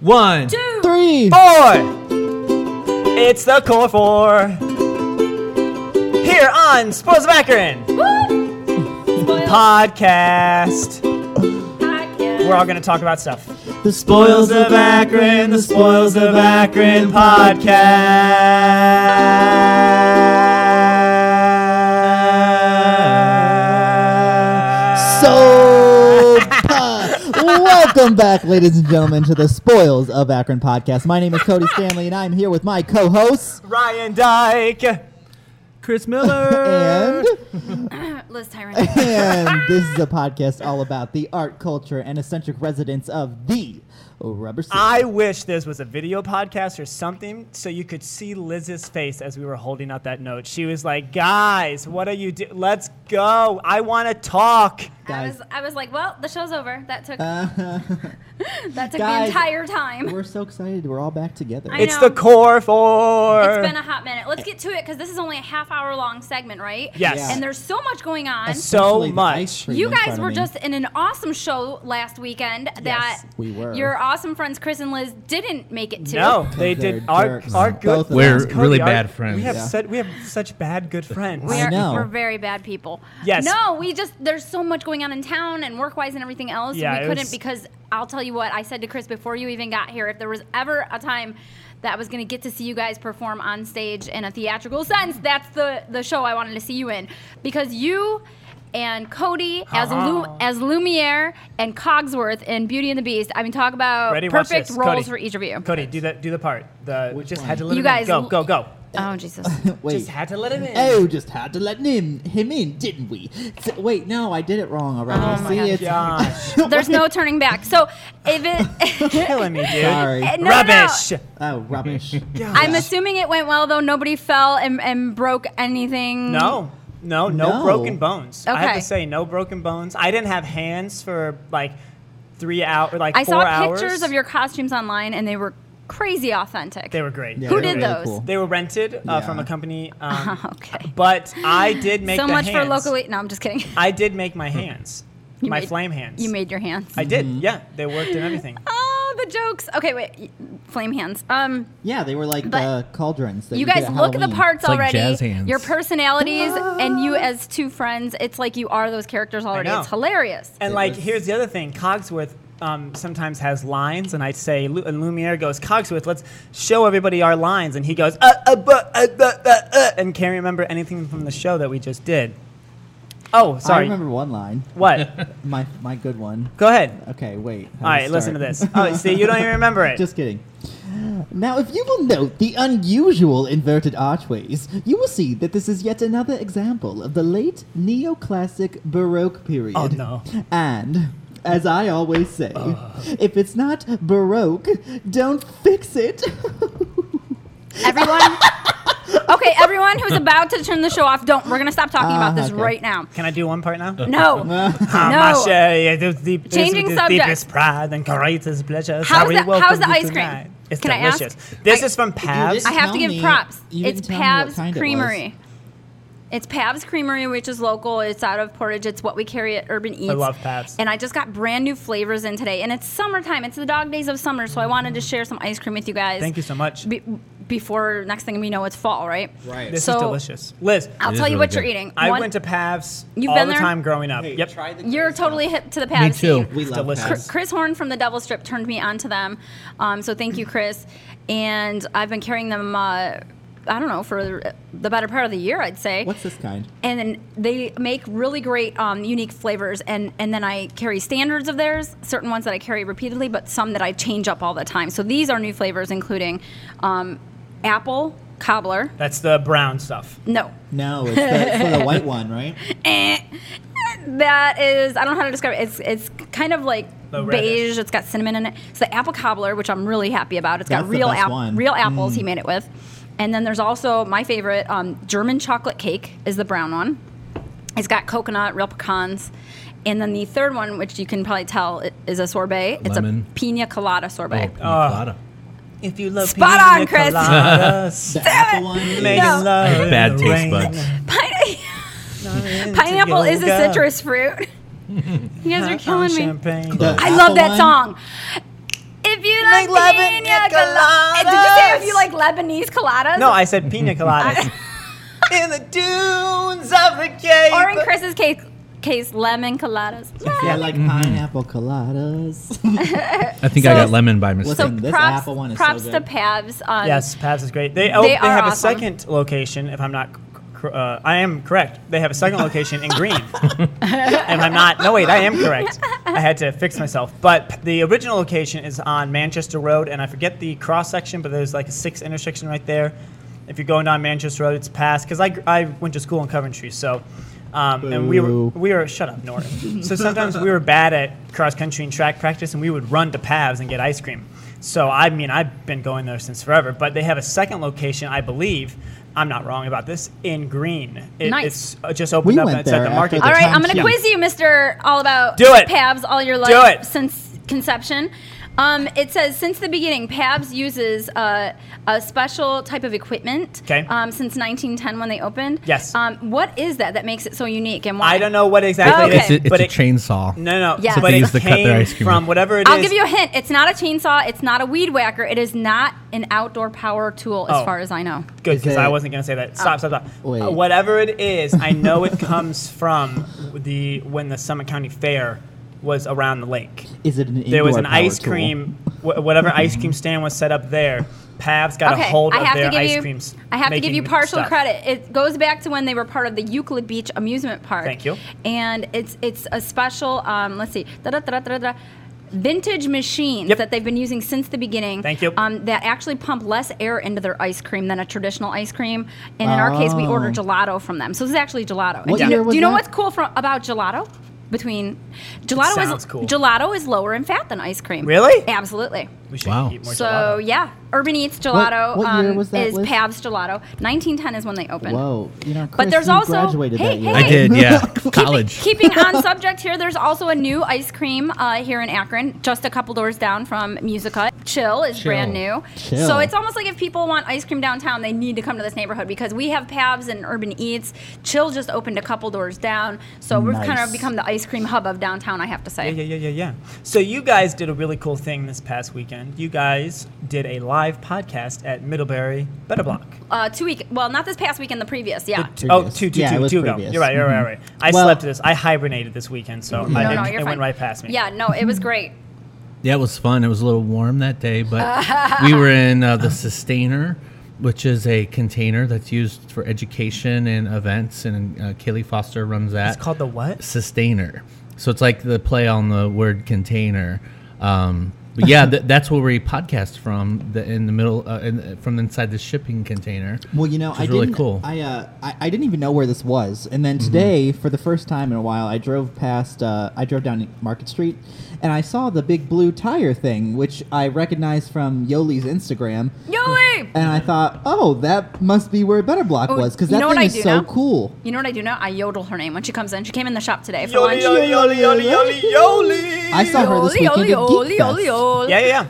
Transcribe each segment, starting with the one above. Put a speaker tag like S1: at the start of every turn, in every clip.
S1: One,
S2: Two.
S3: Three.
S4: four. It's the core four. Here on Sports Akron
S2: Woo! Spoiled
S4: podcast,
S2: podcast.
S4: we're all going to talk about stuff.
S3: The
S1: spoils of Akron, the spoils of Akron
S4: podcast.
S3: So, welcome back, ladies and gentlemen, to the Spoils of Akron podcast. My name is Cody Stanley, and I'm here with my co-hosts
S4: Ryan Dyke.
S1: Chris Miller.
S3: and
S2: Liz Tyrant.
S3: and this is a podcast all about the art, culture, and eccentric residents of the Rubber City.
S4: I wish this was a video podcast or something so you could see Liz's face as we were holding out that note. She was like, "Guys, what are you do? Let's go. I want to talk."
S2: I
S3: guys.
S2: was, I was like, well, the show's over. That took
S3: Uh,
S2: that took
S3: guys,
S2: the entire time.
S3: we're so excited. We're all back together.
S2: I
S4: It's
S2: know.
S4: the core four.
S2: It's been a hot minute. Let's get to it because this is only a half hour long segment, right?
S4: Yes.
S3: Yeah.
S2: And there's so much going on.
S4: so
S3: Especially the ice
S4: much.
S3: cream
S2: You
S3: in
S2: guys
S3: front of
S2: were
S3: me.
S2: just in an awesome show last weekend that
S4: Yes,
S3: we were.
S2: your awesome friends Chris and Liz didn't make it to.
S4: No, they
S3: They're
S4: did. Our,
S3: jerks.
S4: our good
S3: Both of
S4: friends,
S3: them.
S1: We're really
S4: Cody, our-
S1: bad friends.
S4: We have,
S3: Yeah.
S4: such, we have such bad good friends.
S2: We
S3: I
S2: are,
S3: know.
S2: We're very bad people.
S4: Yes.
S2: No, we just there's so much going on in town and work wise and everything else.
S4: Yeah,
S2: we
S4: it
S2: couldn't
S4: was-
S2: because I'll tell you what I said to Chris before you even got here. If there was ever a time that I was going to get to see you guys perform on stage in a theatrical sense, that's the the show I wanted to see you in because you. And Cody as
S4: Uh-huh.
S2: Lu- as Lumiere and Cogsworth in Beauty and the Beast. I mean, talk about
S4: Ready? Watch
S2: perfect
S4: this.
S2: roles
S4: Cody.
S2: for each of you.
S4: Cody, do that. Do the part. The
S3: Which
S4: just
S3: one?
S4: had to let
S2: You
S4: him in.
S2: guys
S4: Go,
S2: l-
S4: go, go.
S2: Oh Jesus!
S3: Wait.
S4: Just had to let him in.
S3: Oh, just had to let him, him in, didn't we? S- wait, no, I did it wrong already.
S2: Oh my
S3: See,
S2: God.
S3: it's
S4: Gosh,
S2: There's no turning back. So if it
S4: killing me, dude.
S3: Sorry.
S2: Eh, No, no, no.
S4: Rubbish.
S3: oh rubbish.
S2: I'm assuming it went well though. Nobody fell and, and broke anything.
S4: No, no, no,
S3: No.
S4: broken bones. I have
S2: Mm. Okay.
S4: to say, no broken bones. I didn't have hands for like three hours, like
S2: I
S4: four
S2: saw
S4: hours.
S2: pictures of your costumes online and they were crazy authentic.
S4: They were great.
S3: Yeah,
S4: They
S2: Who
S4: were
S2: did
S4: great.
S3: really
S2: those?
S3: cool.
S4: They were rented uh, from
S3: Yeah.
S4: a company, um,
S2: okay.
S4: but I did make
S2: so
S4: the
S2: much for
S4: hands.
S2: locally. No, I'm just kidding.
S4: I did make my hands,
S2: You
S4: my
S2: made-
S4: flame hands.
S2: You made Mm-hmm. your hands.
S4: I did. Yeah, they worked and everything.
S2: oh, the jokes. Okay, wait. y- Flame hands. Um,
S3: yeah, they were like
S2: But-
S3: the cauldrons. That
S2: you
S3: did
S2: guys
S3: at
S2: look at the
S3: Halloween.
S2: parts
S1: It's like
S2: already.
S1: jazz hands.
S2: Your personalities and you as two friends. It's like you are those characters already.
S4: know.
S2: It's hilarious.
S4: And
S3: It
S4: like,
S3: was-
S4: here's the other thing: Cogsworth um, sometimes has lines, and I say, Lu- and Lumiere goes, "Cogsworth, let's show everybody our lines," and he goes, uh, uh, but, uh, uh, uh, uh, and can't remember anything from the show that we just did. Oh,
S3: I
S4: sorry.
S3: remember one line.
S4: What?
S3: My my good one.
S4: Go ahead.
S3: Okay, wait. how do
S4: All
S3: I
S4: right, listen to
S3: start?
S4: this. Oh, see, you don't even remember it.
S3: Just kidding. Now, if you will note the unusual inverted archways, you will see that this is yet another example of the late neoclassic Baroque period.
S4: Oh, no.
S3: And, as I always say, if it's not Baroque, don't fix it.
S2: Everyone. okay, everyone who's about to turn the show off, don't. We're going to stop talking about this
S3: Ah, okay.
S2: right now.
S4: Can I do one part now?
S2: No.
S4: Ah,
S2: No.
S4: my share, yeah, this deep- this
S2: Changing
S4: with this
S2: subject.
S4: Deepest pride and greatest pleasure.
S2: How's
S4: Sorry,
S2: the- how's
S4: welcome
S2: the
S4: you
S2: ice cream?
S4: tonight. It's
S2: Can I ask?
S4: delicious. This
S2: I-
S4: is from Pabst.
S2: I have to
S3: Tell
S2: give
S3: me-
S2: props.
S3: you
S2: It's
S3: didn't tell me what
S2: Pab's
S3: kind it was.
S2: Creamery. It's Pab's Creamery, which is local. It's out of Portage. It's what we carry at Urban Eats.
S4: love Pabst.
S2: And I just got brand new flavors in today. And it's summertime. It's the dog days of summer. So I wanted to share some ice cream with you guys.
S4: Thank you so much.
S2: Be- before next thing we know, it's fall, right?
S3: Right.
S4: This
S2: So-
S4: is delicious. Liz,
S1: It
S2: I'll tell
S1: is
S2: you
S1: really
S2: what you're
S1: good.
S2: eating.
S4: I
S2: One-
S4: went to Pavs
S2: You've
S4: all
S2: been
S4: the
S2: there?
S4: time growing up. yep.
S3: the
S2: You're totally hip to the Pab's
S1: too.
S2: scene.
S3: We love
S4: delicious.
S3: Pabst.
S2: Chris Horn from the Devil Strip turned me on to them. Um, so thank you, Chris. And I've been carrying them, uh, I don't know, for the better part of the year, I'd say.
S3: What's this kind?
S2: and then they make really great, um, unique flavors. And, and then I carry standards of theirs, certain ones that I carry repeatedly, but some that I change up all the time. So these are new flavors, including um, apple cobbler.
S4: That's the brown stuff.
S2: No,
S3: No, it's the, it's the white one, right?
S2: that is I don't know how to describe it. It's it's kind of like
S4: The reddish.
S2: beige. It's got cinnamon in it. It's the apple cobbler, which I'm really happy about. It's got
S3: That's the
S2: real
S3: best
S2: apple,
S3: one. Mm.
S2: real apples. He made it with, and then there's also my favorite um, German chocolate cake is the brown one. It's got coconut, real pecans. And then the third one, which you can probably tell i- is a sorbet, it's
S1: Lemon.
S2: a pina colada sorbet.
S1: Oh,
S4: If you love
S2: Spot on, Chris.
S4: Chris.
S3: The apple one. is-
S4: Making
S2: No.
S4: love
S1: Bad
S4: Oh, in the
S1: taste
S4: rain.
S1: buds.
S2: Pine-
S4: Not into
S2: pineapple is a
S4: yoga.
S2: citrus fruit. you guys are
S4: On
S2: killing me.
S4: champagne.
S3: The
S2: I love
S3: apple
S2: that
S3: one.
S2: song. If you
S4: make Lebanese
S2: Pina colada- Did you say if
S4: coladas.
S2: you like Lebanese coladas?
S4: No, I said pina coladas. in the dunes of the cave.
S2: Or in Chris's case, case lemon coladas.
S3: Yeah, like
S5: Mm-hmm.
S3: pineapple coladas.
S5: I think I
S2: So-
S5: got lemon by mistake.
S2: So
S3: Listen, this
S2: props,
S3: apple one is so
S2: props to
S3: good.
S2: Pavs. On,
S4: Yes, Pabst is great. They, oh,
S2: They
S4: they,
S2: are
S4: have a
S2: awesome.
S4: second location, if I'm not. c- cor- Uh, I am correct. They have a second location in Green. if I'm not, no wait, I am correct. I had to fix myself. But p- the original location is on Manchester Road, and I forget the cross section, but there's like a six intersection right there. If you're going down Manchester Road, it's past because I, gr- I went to school in Coventry, so um, and we were
S3: Boo.
S4: we were shut up, Norton. so sometimes we were bad at cross country and track practice, and we would run to Pavs and get ice cream. So I mean, I've been going there since forever. But they have a second location, I believe. I'm not wrong about this. In Green, It-
S2: Nice.
S4: it's uh, just opened
S3: We
S4: up
S3: went
S4: outside
S3: there
S4: the
S3: after
S4: market.
S3: the
S2: All right, I'm
S3: Tom
S2: going to
S3: Cheek.
S2: quiz you, Mister, all about
S4: Do it.
S2: Pabs all your life
S4: Do it.
S2: since conception. Um, it says since the beginning, Pabs uses uh, a special type of equipment.
S4: 'Kay.
S2: Um, since 1910, when they opened.
S4: Yes.
S2: Um, what is that that makes it so unique, and why?
S4: I don't know what exactly
S2: Oh, Okay.
S4: it
S5: It's,
S4: is,
S5: a, it's
S4: but
S5: a
S4: it,
S5: chainsaw.
S4: No, no,
S2: Yes.
S4: yeah.
S2: So
S4: but
S2: they
S4: it
S5: use to cut their
S4: came
S5: ice cream.
S4: from whatever it
S2: I'll
S4: is.
S2: give you a hint. It's not a chainsaw. It's not a weed whacker. It is not an outdoor power tool, as
S4: Oh.
S2: far as I know.
S4: Good,
S3: Is
S4: because
S3: it-
S4: I wasn't going to say that. Stop, stop, stop.
S3: Wait.
S4: Uh, whatever it is, I know it comes from the when the Summit County Fair was around the lake.
S3: Is it an
S4: There was
S3: indoor
S4: an
S3: power
S4: ice
S3: tool?
S4: cream, wh- whatever ice cream stand was set up there. Pabst got a hold of their ice
S2: you.
S4: cream. s-
S2: I have to give you
S4: making
S2: partial
S4: stuff.
S2: credit. It goes back to when they were part of the Euclid Beach amusement park.
S4: Thank you.
S2: And it's it's a special. Um, let's see. Da-da-da-da-da-da. Vintage machines
S4: Yep.
S2: that they've been using since the beginning.
S4: Thank you.
S2: Um, that actually pump less air into their ice cream than a traditional ice cream. And in our case, we order
S3: Oh.
S2: gelato from them. So this is actually gelato.
S3: What
S2: And do
S3: year
S2: you,
S3: was
S2: do you know
S3: that?
S2: what's cool from, about gelato? Between gelato
S4: sounds
S2: is
S4: cool.
S2: gelato is lower in fat than ice cream.
S4: Really?
S2: Absolutely.
S4: We should
S5: Wow.
S4: eat more
S2: So
S4: gelato.
S2: yeah, Urban Eats Gelato
S3: what year
S2: um,
S3: was that
S2: is
S3: with?
S2: Pabst Gelato. 1910 is when they opened.
S3: Whoa. You know, Chris,
S2: there's
S3: you
S2: also-
S3: graduated
S2: hey,
S3: that year.
S2: hey.
S5: I did, yeah. College.
S2: Keeping on subject here, there's also a new ice cream uh, here in Akron, just a couple doors down from Musica. Chill is
S5: Chill.
S2: brand new.
S3: Chill.
S2: So it's almost like if people want ice cream downtown, they need to come to this neighborhood because we have Pabs and Urban Eats. Chill just opened a couple doors down. So we've kind
S3: Nice.
S2: of become the ice cream hub of downtown, I have to say.
S4: Yeah, yeah, yeah, yeah, yeah. So you guys did a really cool thing this past weekend. You guys did a live podcast at Middlebury Better Block.
S2: Uh, two week, well, not this past weekend, the previous, yeah.
S4: Two, oh,
S3: Previous.
S4: two, two,
S3: Yeah, it
S4: two,
S3: was
S4: two ago.
S3: previous. Mm-hmm.
S4: You're right, you're right, you're right. I
S3: Well- Mm-hmm.
S4: slept this. I hibernated this weekend, so I,
S2: no,
S4: it,
S2: no,
S4: it
S2: you're fine.
S4: went right past me.
S2: Yeah, no, it was great.
S5: Yeah, it was fun. It was a little warm that day, but we were in uh, the Sustainer, which is a container that's used for education and events. And uh, Kaylee Foster runs that.
S4: It's called the what?
S5: Sustainer. So it's like the play on the word container. Um, but yeah, th- that's where we podcast from the, in the middle uh, in, from inside the shipping container.
S3: Well, you know,
S5: which
S3: I
S5: is really
S3: didn't.
S5: cool. Mm-hmm.
S3: I, uh, I I didn't even know where this was, and then today, for the first time in a while, I drove past. Uh, I drove down Market Street, and I saw the big blue tire thing, which I recognized from Yoli's Instagram.
S2: Yoli!
S3: And
S5: Mm-hmm.
S3: I thought, oh, that must be where Better Block
S2: Oh,
S3: was, because
S2: you
S3: that
S2: know what
S3: thing
S2: I
S3: is
S2: do
S3: so
S2: now?
S3: cool.
S2: You know what I do now? I yodel her name when she comes in. She came in the shop today for
S4: Yoli,
S2: lunch.
S4: yoli, yoli, yoli, yoli, yoli.
S3: I saw her this weekend at Geek Fest.
S4: Yeah, yeah, yeah.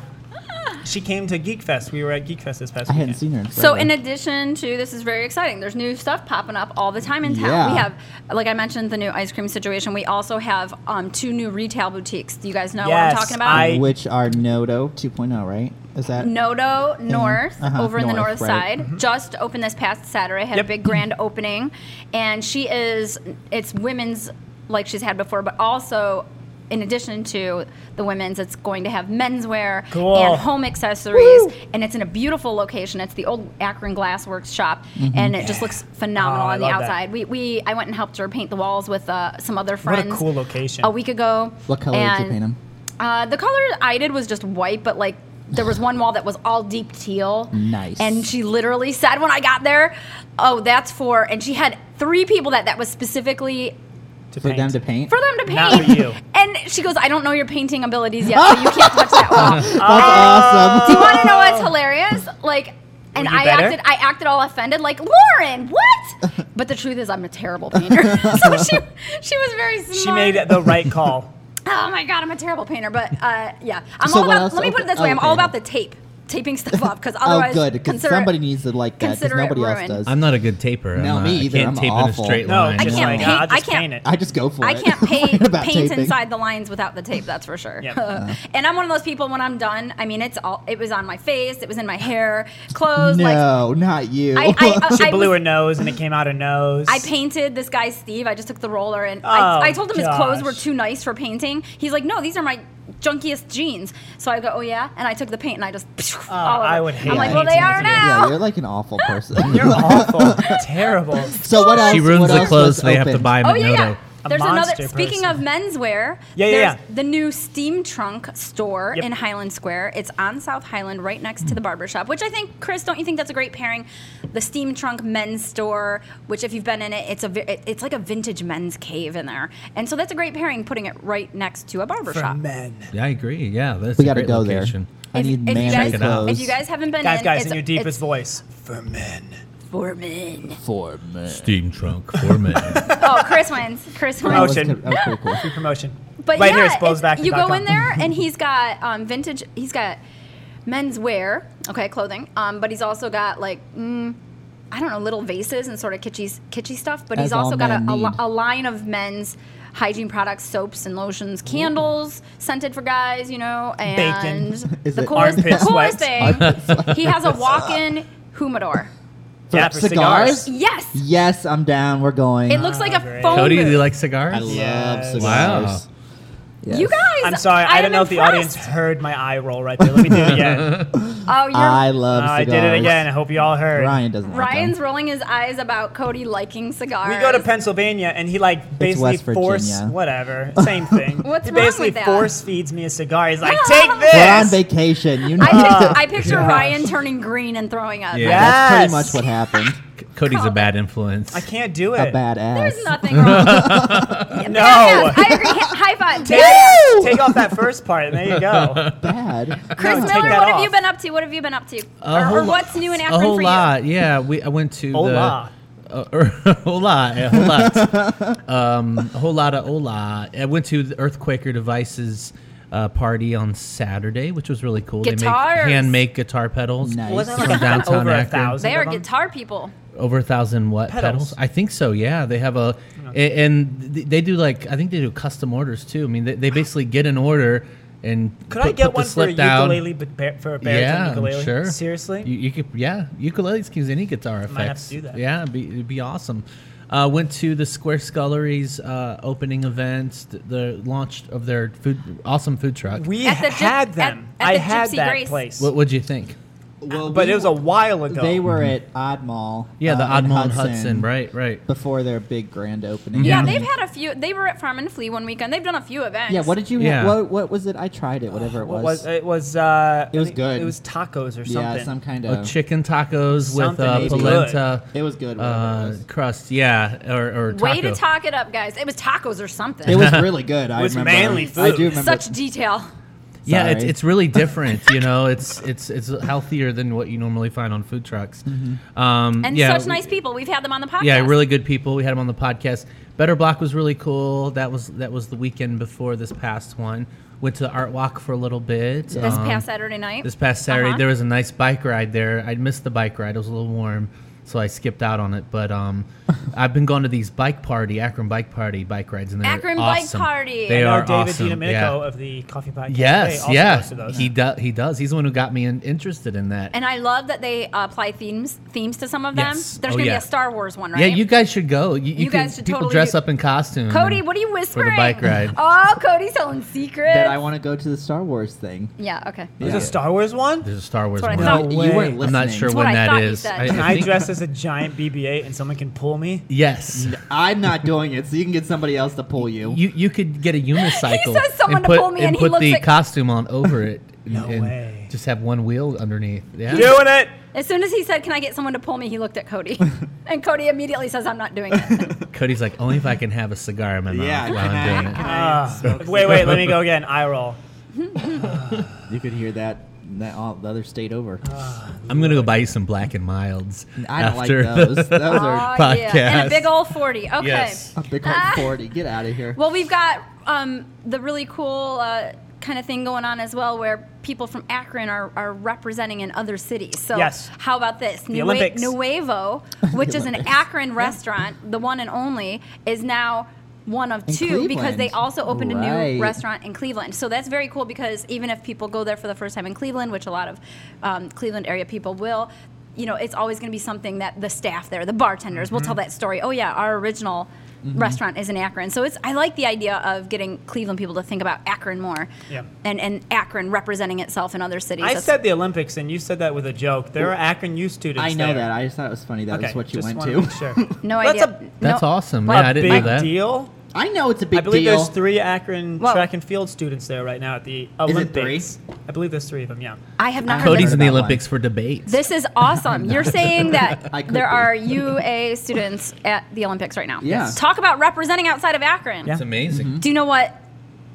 S4: She came to Geek Fest. We were at Geek Fest this past
S3: I
S4: weekend.
S3: hadn't seen her. In
S2: So,
S3: forever.
S2: in addition to this, is very exciting. There's new stuff popping up all the time in town.
S3: Yeah.
S2: We have, like I mentioned, the new ice cream situation. We also have um, two new retail boutiques. Do you guys know what
S4: Yes,
S2: I'm talking about?
S4: I-
S3: which are Nodo 2.0, oh, right? Is that
S2: Nodo
S4: Mm-hmm.
S2: North
S3: uh-huh,
S2: over in the north
S3: north, right.
S2: side just opened this past Saturday had
S4: Yep.
S2: a big grand opening and she is it's women's like she's had before but also in addition to the women's it's going to have menswear
S4: Cool.
S2: and home accessories and it's in a beautiful location it's the old Akron Glass Works shop and it just looks
S4: Mm-hmm.
S2: phenomenal
S4: Oh, I
S2: on the
S4: love that.
S2: outside we, we I went and helped her paint the walls with uh, some other
S4: What
S2: friends
S4: a cool location.
S2: a week ago
S3: what color did you
S2: And-
S3: paint them?
S2: uh, the color I did was just white, but like there was one wall that was all deep teal.
S3: Nice.
S2: And she literally said when I got there, "Oh, that's for." And she had three people that that was specifically
S4: to
S3: For them
S4: paint.
S3: to paint?
S2: for them to paint.
S4: Not for you.
S2: And she goes, "I don't know your painting abilities yet, so you can't touch that wall."
S3: That's awesome.
S2: Do you want to know what's hilarious? Like. And
S4: Were you
S2: I
S4: better?
S2: acted, I acted all offended, like Lauren, what? But the truth is, I'm a terrible painter. so she, she was very smart.
S4: She made the right call.
S2: Oh my god, I'm a terrible painter, but uh, yeah, I'm
S3: So
S2: all
S3: what
S2: about.
S3: else
S2: Let me put it
S3: open-
S2: this way: I'm all
S3: okay.
S2: about the tape. taping stuff up because
S3: Oh,
S2: otherwise,
S3: good. Because
S2: consider it-
S3: somebody needs to like that. Because
S2: consider it
S3: nobody else
S2: ruined.
S3: does.
S5: I'm not a good taper. I'm
S3: No,
S5: not,
S3: me either.
S5: I can't
S3: I'm
S5: tape in a
S3: awful.
S5: straight
S4: No,
S5: line.
S4: just
S2: I can't
S4: like,
S2: paint-
S4: "Ah, I'll
S2: I
S4: just
S2: can't-
S4: paint it.
S3: I just go for
S2: I
S3: it.
S2: can't
S3: I'm worried
S2: paint
S3: about
S2: paint
S3: taping.
S2: inside the lines without the tape. That's for sure.
S4: Yep.
S2: and I'm one of those people when I'm done. I mean, it's all. It was on my face. It was in my hair, clothes. Like
S3: No, not you.
S2: I, uh, oh, I, I,
S4: she
S2: I
S4: blew
S2: was-
S4: her nose and it came out her nose.
S2: I painted this guy Steve. I just took the roller and
S4: Oh,
S2: I, I told him his clothes
S4: gosh.
S2: were too nice for painting. He's like, no, these are my junkiest jeans. So I go, oh yeah, and I took the paint and I just. all over.
S4: Oh, I would hate
S2: I'm like,
S3: that.
S2: well, they
S4: Painting
S2: are
S4: is
S2: now.
S3: yeah, you're like an awful person.
S4: You're awful, terrible.
S3: so what else?
S5: She ruins
S3: what
S5: the
S3: else
S5: clothes
S3: was
S5: they have to
S3: opened?
S5: buy
S2: Oh
S5: at
S2: yeah, yeah.
S5: Noto.
S4: A
S2: There's another.
S4: monster
S2: Speaking of
S4: person.
S2: menswear,
S4: Yeah, yeah,
S2: there's
S4: yeah.
S2: the new Steam Trunk store
S4: Yep.
S2: in Highland Square. It's on South Highland, right next to the barber shop. Which I think, Chris, don't you think that's a great pairing? The Steam Trunk men's store, which if you've been in it, it's a vi- it- it's like a vintage men's cave in there, and so that's a great pairing, putting it right next to a barber
S4: For
S2: shop.
S4: men.
S5: Yeah, I agree. Yeah, that's
S3: We
S5: a
S3: gotta
S5: great
S3: go
S5: location.
S3: there. I
S2: If-
S3: need
S2: if, you
S3: man
S2: guys,
S5: Check it out.
S2: if you guys haven't been
S4: Guys,
S2: in,
S4: guys,
S2: it's-
S4: in your
S2: it's
S4: deepest voice. For men.
S2: for men.
S3: for men.
S5: Steam trunk for men.
S2: Oh, Chris wins. Chris wins.
S3: Oh,
S4: Motion.
S3: oh, cool, cool.
S4: Free promotion.
S2: But
S4: right
S2: yeah,
S4: here, it's
S2: it's- you go
S4: blowsback.com.
S2: in there and he's got um, vintage. He's got men's wear, okay, clothing. Um, but he's also got like mm, I don't know, little vases and sort of kitschy kitschy stuff. But
S3: As
S2: he's also
S3: all
S2: got a,
S3: men
S2: a, li-
S3: need.
S2: a line of men's hygiene products, soaps and lotions, candles scented for guys, you know, and
S3: Is
S2: the
S3: it
S2: coolest,
S4: armpit
S2: coolest
S4: sweat?
S2: thing. he has a walk-in humidor.
S4: Yeah,
S3: For
S4: for cigars.
S3: cigars?
S2: Yes,
S3: Yes, I'm down. We're going.
S2: it looks like a
S4: Ah, great.
S2: phone.
S5: Cody, do you
S2: booth.
S5: like cigars?
S3: I love
S4: Yes.
S3: cigars. Yes.
S2: you guys.
S4: I'm sorry. I,
S2: am
S4: don't know if the audience
S2: impressed.
S4: heard my eye roll right there. Let me do it again.
S2: Oh, you're
S3: I love
S4: I
S3: cigars.
S4: did it again. I hope you all heard.
S3: uh, Ryan doesn't. like them.
S2: Ryan's rolling his eyes about Cody liking cigars.
S4: We go to Pennsylvania, and he like basically
S3: West Virginia.
S4: force whatever, same thing.
S2: What's
S4: he
S2: wrong
S4: basically
S2: with that?
S4: force feeds me a cigar. He's like, take this.
S3: We're on vacation. You know.
S2: I,
S4: Ah.
S2: pic- I picture
S4: gosh.
S2: Ryan turning green and throwing up.
S5: Yeah.
S3: That's
S4: Yes.
S3: pretty much what happened.
S5: Cody's a bad influence.
S4: I can't do
S3: A
S4: it.
S3: badass.
S2: There's nothing wrong.
S4: No,
S2: Yes, I agree. Ha- High five.
S4: take,
S2: Yeah.
S4: take off that first part, and there you go.
S3: Bad.
S2: Chris
S4: No, take
S2: Miller, what
S4: that
S2: have you
S4: off.
S2: been up to? What have you been up to?
S5: A
S2: or,
S5: whole
S2: or
S5: lo-
S2: what's new in
S5: a
S2: Akron
S5: whole
S2: for you?
S5: lot. Yeah, we I went to
S4: Hola.
S5: the uh, er, hola, a whole lot, um, a whole lot of hola. I went to the Earthquaker Devices uh, party on Saturday, which was really cool. They
S2: Guitars.
S5: make hand make guitar pedals
S3: Nice.
S4: Wasn't
S5: from
S4: like
S5: downtown
S4: over a
S5: Akron.
S4: thousand.
S2: They are
S4: of 'em?
S2: guitar people.
S5: Over a thousand what
S4: Pedals.
S5: pedals? I think so. Yeah, they have a a- and th- they do like I think they do custom orders too. I mean, they, they basically get an order and
S4: Could
S5: put,
S4: I get
S5: put
S4: one
S5: the
S4: for
S5: slip
S4: a
S5: down.
S4: ukulele, but bar- for a baritone
S5: Yeah,
S4: ukulele?
S5: sure.
S4: Seriously?
S5: You, you could, yeah, ukuleles can use any guitar effects.
S4: might have to do that.
S5: Yeah, it'd be, it'd be awesome. Uh, went to the Square Scullery's uh, opening event, th- the launch of their food, awesome food truck.
S4: we
S2: At the gyp-
S4: had
S2: at-
S4: them.
S2: at
S4: I
S2: the
S4: had
S2: Gypsy
S4: that
S2: Grace.
S4: place,
S5: what would you think?
S3: Well,
S4: but
S3: we-
S4: it was a while ago.
S3: They were at Odd Mall.
S5: Yeah, the
S3: uh, in
S5: Odd Mall in Hudson, right, right.
S3: Before their big grand opening.
S2: Yeah,
S3: And-
S2: they've had a few. They were at Farm and Flea one weekend. They've done a few events.
S3: Yeah, what did you?
S5: Yeah.
S3: What, what was it? I tried it. Whatever it
S4: What
S3: was.
S4: was it? Was uh,
S3: It was
S4: I think
S3: good.
S4: It was tacos or something.
S3: yeah, some kind
S5: Uh,
S3: of.
S5: chicken tacos with
S4: Something
S5: uh,
S4: maybe.
S5: polenta
S3: It was good. Whatever it,
S5: uh,
S3: was.
S5: crust. Yeah, or, or taco.
S2: Way to talk it up, guys. It was tacos or something.
S3: it was really good. I
S4: It was
S3: remember.
S4: mainly
S3: I
S4: food.
S3: do remember.
S2: Such detail.
S5: Yeah, it's,
S3: Sorry.
S5: it's really different. you know, it's it's it's healthier than what you normally find on food trucks. Um,
S2: And
S5: yeah,
S2: such nice people. We've had them on the podcast.
S5: Yeah, really good people. We had them on the podcast. Better Block was really cool. That was that was the weekend before this past one. Went to the Art Walk for a little bit. Um,
S2: This past Saturday night.
S5: This past Saturday,
S2: Uh-huh.
S5: there was a nice bike ride there. I missed the bike ride; it was a little warm, so I skipped out on it. But um, I've been going to these bike party, Akron bike party, bike rides, and they're
S2: Akron Bike
S5: awesome.
S2: Party.
S5: They
S4: I know
S5: are
S4: David
S5: awesome.
S4: DiDomenico
S5: yeah.
S4: of the Coffee Podcast. Hey,
S5: Yes,
S4: also goes to
S5: yeah,
S4: those.
S5: he does. He does. He's the one who got me in, interested in that.
S2: And I love that they uh, apply themes themes to some of them.
S5: Yes.
S2: There's
S5: Oh,
S2: gonna
S5: yeah.
S2: be a Star Wars one, right?
S5: Yeah, you guys should go. You,
S2: You
S5: can-
S2: guys should
S5: people
S2: totally
S5: dress
S2: do-
S5: up in costume.
S2: Cody,
S5: and-
S2: what are you whispering?
S5: bike ride.
S2: Oh, Cody's telling secrets.
S3: That I want to go to the Star Wars thing.
S2: Yeah. Okay.
S4: There's a Star Wars one.
S5: There's a Star Wars
S2: what I
S5: one.
S2: thought.
S3: You-
S4: way.
S3: you weren't listening.
S5: I'm not sure
S2: That's
S5: when
S2: what I
S5: that
S2: thought you
S5: is.
S2: said.
S5: I,
S4: Can I
S5: think-
S4: dress as a giant BB-8 and someone can pull me?
S5: Yes.
S3: I'm not doing it, so you can get somebody else to pull you.
S5: You you could get a unicycle.
S2: He says someone
S5: and
S2: to
S5: put,
S2: pull me and he
S5: put
S2: looks
S5: the
S2: like-
S5: costume on over it.
S4: No
S5: and
S4: way.
S5: Just have one wheel underneath. Yeah.
S4: Doing it.
S2: As soon as he said, "Can I get someone to pull me?" he looked at Cody, and Cody immediately says, "I'm not doing it."
S5: Cody's like, only if I can have a cigar in my mouth
S3: Yeah,
S5: while I'm doing it.
S4: Ah. wait, wait. Let me go again. Eye roll.
S3: You could hear that. That all, the other state over.
S4: Ah.
S5: I'm gonna go buy you some Black and Milds
S3: I don't
S5: after
S3: like those.
S5: the-
S3: Those are
S2: Oh, yeah. And a
S5: Podcast.
S2: big old forty. Okay.
S5: Yes.
S2: Ah.
S3: a big old forty. Get out of here.
S2: Well, we've got um, the really cool uh, kind of thing going on as well, where people from Akron are, are representing in other cities. So
S4: Yes.
S2: how about this? Nue-
S4: Olympics.
S2: Nuevo, which is an
S3: Olympics.
S2: Akron restaurant, the one and only, is now one of
S3: In
S2: two because they
S3: Cleveland.
S2: also opened a
S3: Right.
S2: new restaurant in Cleveland. So that's very cool because even if people go there for the first time in Cleveland, which a lot of um, Cleveland area people will, you know, it's always going to be something that the staff there, the bartenders, will
S4: Mm-hmm.
S2: tell that story. Oh yeah, our original restaurant is in Akron. So it's I like the idea of getting Cleveland people to think about Akron more.
S4: Yeah.
S2: And and Akron representing itself in other cities.
S4: I
S2: That's-
S4: said the Olympics, and you said that with a joke. There are Akron U students.
S3: I know
S4: there.
S3: that. I just thought it was funny. That
S4: okay,
S3: was what you
S4: just
S3: went
S4: wanna
S3: to.
S4: make Sure.
S2: no
S4: That's
S2: idea.
S4: a-
S5: That's
S2: no,
S5: awesome.
S4: A
S5: Yeah, I didn't know
S4: big
S5: that.
S4: deal.
S3: I know it's a big
S4: I believe
S3: deal.
S4: there's three Akron
S2: Well-
S4: track and field students there right now at the
S3: it Uh,
S4: Olympics. I believe there's three of them. Yeah.
S2: I have not heard
S5: Cody's
S2: this.
S5: in the
S3: about one.
S5: Olympics for debates.
S2: This is awesome. You're saying that
S3: I could
S2: there
S3: be.
S2: are UA students at the Olympics right now.
S3: Yeah. Yes.
S2: Talk about representing outside of Akron.
S4: Yeah.
S5: It's amazing.
S3: Mm-hmm.
S2: Do you know what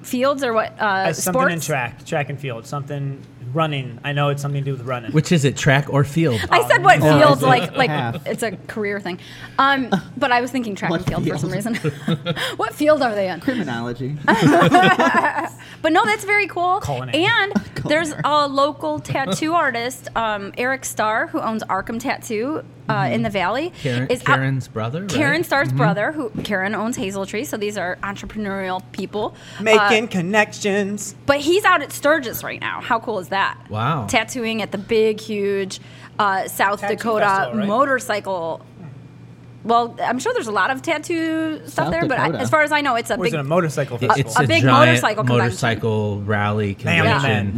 S2: fields or what uh,
S4: Uh, something
S2: sports?
S4: in track, track and field, something running. I know it's something to do with running.
S5: Which is it, track or field?
S2: I said what
S3: Or
S2: fields
S3: Oh, is it
S2: like like
S3: half?
S2: it's a career thing, um, but I was thinking track
S3: What
S2: and field for some reason.
S3: field?
S2: what field are they in?
S3: Criminology.
S2: Ah. But no, that's very cool.
S4: Culinary.
S2: And there's
S3: Culinary.
S2: a local tattoo artist, um, Eric Starr, who owns Arkham Tattoo uh,
S3: Mm-hmm.
S2: in the Valley.
S5: Karen,
S2: is out-
S5: Karen's brother. right?
S2: Karen Starr's brother, who Karen owns Hazel Tree, so these are entrepreneurial people.
S4: Making
S2: Uh,
S4: connections.
S2: but he's out at Sturgis right now. How cool is that?
S5: Wow.
S2: Tattooing at the big, huge uh, South
S4: Tattoo
S2: Dakota
S4: festival, right?
S2: motorcycle. Well, I'm sure there's a lot of tattoo stuff
S3: South
S2: there, but I,
S3: Dakota.
S2: as far as I know, it's a
S4: Or is
S2: big.
S4: it a motorcycle
S5: It-
S4: festival?
S5: It's
S2: A
S5: a,
S2: big
S5: giant
S2: motorcycle convention.
S5: motorcycle rally
S4: Damn,
S5: convention.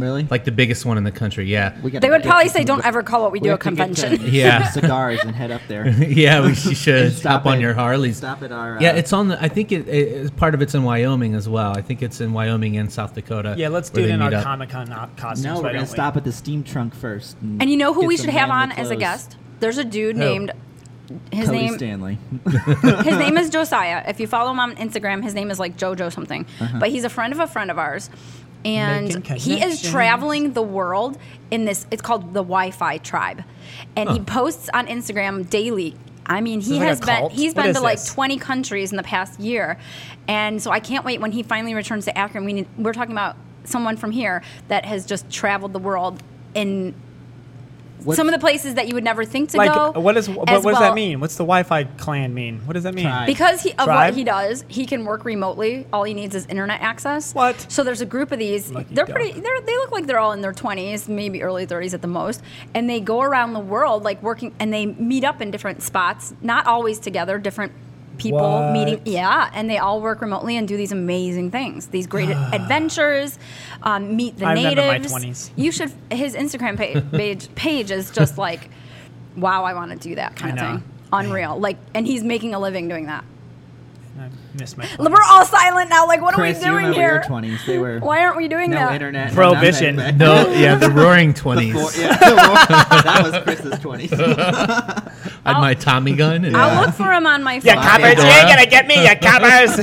S4: man.
S3: Really?
S5: Like the biggest one in the country. Yeah.
S3: We gotta
S2: they would
S3: get
S2: probably
S3: some
S2: say,
S3: of
S2: "Don't
S3: the-
S2: ever call what we,
S3: we
S2: do a
S3: have to get
S2: convention."
S3: to
S5: Yeah.
S3: cigars and head up there.
S5: yeah, we she should
S3: Stop
S5: hop on
S3: it.
S5: your Harleys.
S3: Stop at our. Uh,
S5: Yeah, it's on the. I think it, it it's- part of it's in Wyoming as well. I think it's in Wyoming and South Dakota.
S4: yeah, let's do
S5: where
S4: it
S5: they
S4: in our
S5: meet up.
S4: Comic Con uh, costumes.
S3: No,
S4: why
S3: we're gonna
S4: don't we?
S3: stop at the steam trunk first.
S2: And you know who
S3: get
S2: we
S3: some
S2: should have on
S3: manly
S2: as a
S3: clothes.
S2: guest? There's a dude
S5: Who?
S2: named his
S3: Cody
S2: name
S3: Stanley.
S2: his name is Josiah. If you follow him on Instagram, his name is like Jojo something.
S4: Uh-huh.
S2: But he's a friend of a friend of ours. And
S4: Making
S2: he is
S4: connections.
S2: traveling the world in this, it's called the Wi Fi tribe. And he posts on Instagram daily. I mean,
S4: is
S2: he
S4: like a
S2: has been,
S4: cult?
S2: he's
S4: What
S2: been
S4: is
S2: to like
S4: this?
S2: 20 countries in the past year. And so I can't wait when he finally returns to Akron. We need, we're talking about someone from here that has just traveled the world in
S3: What
S2: some of the places that you would never think to
S4: Like,
S2: go.
S4: what, is, what,
S2: as
S4: what does that
S2: well-
S4: mean? What's the Wi Fi clan mean? What does that mean?
S3: Tribe.
S2: because he, of what
S4: Tribe?
S2: he does, he can work remotely. All he needs is internet access.
S4: What?
S2: So there's a group of these.
S4: Lucky
S2: they're
S4: dog.
S2: pretty. They're, they look like they're all in their 20s, maybe early 30s at the most, and they go around the world like working, and they meet up in different spots, not always together, different people
S4: What?
S2: meeting. Yeah, and they all work remotely and do these amazing things, these great adventures, um, meet the
S4: I remember
S2: natives.
S4: my 20s.
S2: You should. His Instagram page page, page is just like, wow, I want to do that kind
S4: I know.
S2: of thing. Unreal. Like, and he's making a living doing that.
S4: I missed my.
S2: We're all silent now. Like, what
S3: Chris,
S2: are we
S3: you
S2: doing
S3: remember
S2: here?
S3: your twenties? They were
S2: Why aren't we doing
S3: no
S2: that?
S3: internet. and
S4: Prohibition.
S3: nothing back
S5: No, yeah, the Roaring Twenties.
S3: before- yeah, that was Chris's twenties.
S5: I had my Tommy gun. And,
S2: I'll look for him on my
S4: Yeah,
S2: phone.
S4: coppers. You ain't gonna get me, you coppers.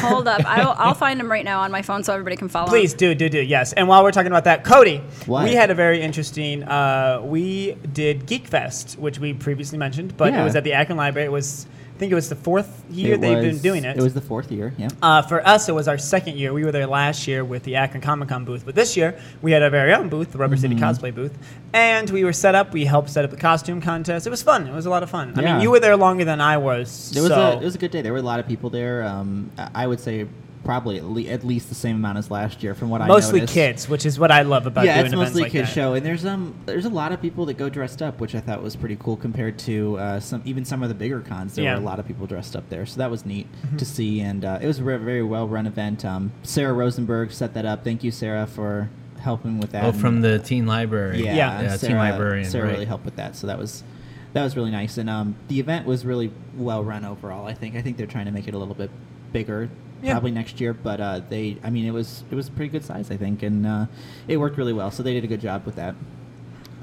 S2: Hold up. I'll, I'll find him right now on my phone so everybody can follow.
S4: Please
S2: Him.
S4: do, do, do. Yes. And while we're talking about that, Cody,
S3: What?
S4: we had a very interesting. Uh, we did Geek Fest, which we previously mentioned, but it
S3: Yeah.
S4: was at the Akron Library. It was, I think, it was the fourth year they've been doing it.
S3: It was the fourth year. Yeah.
S4: Uh, for us, it was our second year. We were there last year with the Akron Comic Con booth, but this year we had our very own booth, the Rubber
S3: Mm-hmm.
S4: City Cosplay booth, and we were set up. We helped set up the costume contest. It was fun. It was a lot of fun. I
S3: Yeah.
S4: mean, you were there longer than I was.
S3: It was
S4: so
S3: a it was a good day. There were a lot of people there. Um, I- I would say probably at, le- at least the same amount as last year, from what I
S4: mostly
S3: noticed.
S4: kids, which is what I love about
S3: Yeah,
S4: doing
S3: it's
S4: events
S3: mostly
S4: like
S3: kids
S4: that.
S3: show, and there's um there's a lot of people that go dressed up, which I thought was pretty cool compared to uh, some even some of the bigger cons. There
S4: Yeah. Mm-hmm.
S3: were a lot of people dressed up there, so that was neat to see, and uh, it was a re- very well run event. Um, Sarah Rosenberg set that up. Thank you, Sarah, for helping with that.
S5: Oh,
S3: and- uh,
S5: from the teen library.
S3: yeah,
S4: Yeah.
S3: and
S5: yeah teen
S3: Sarah-
S5: librarian.
S3: Sarah
S5: right.
S3: really helped with that, so that was that was really nice. And um, the event was really well run overall. I think I think they're trying to make it a little bit bigger,
S4: Yeah.
S3: probably next year. But uh, they, I mean, it was it was a pretty good size, I think, and uh, it worked really well. So they did a good job with that.